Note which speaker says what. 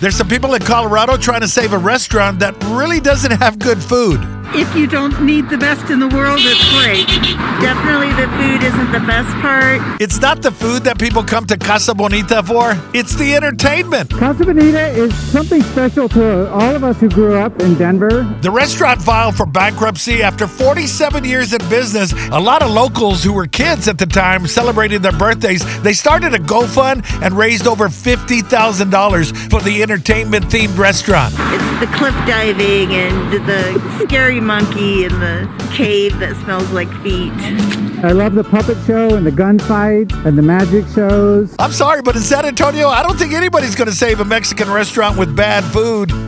Speaker 1: There's some people in Colorado trying to save a restaurant that really doesn't have good food.
Speaker 2: If you don't need the best in the world, it's great.
Speaker 3: Definitely the food isn't the best part.
Speaker 1: It's not the food that people come to Casa Bonita for, it's the entertainment.
Speaker 4: Casa Bonita is something special to all of us who grew up in Denver.
Speaker 1: The restaurant filed for bankruptcy after 47 years in business. A lot of locals who were kids at the time celebrating their birthdays, they started a GoFund and raised over $50,000 for the entertainment themed restaurant.
Speaker 3: It's the cliff diving and the scary monkey and the cave that smells like feet.
Speaker 4: I love the puppet show and the gunfight and the magic shows.
Speaker 1: I'm sorry, but in San Antonio, I don't think anybody's going to save a Mexican restaurant with bad food.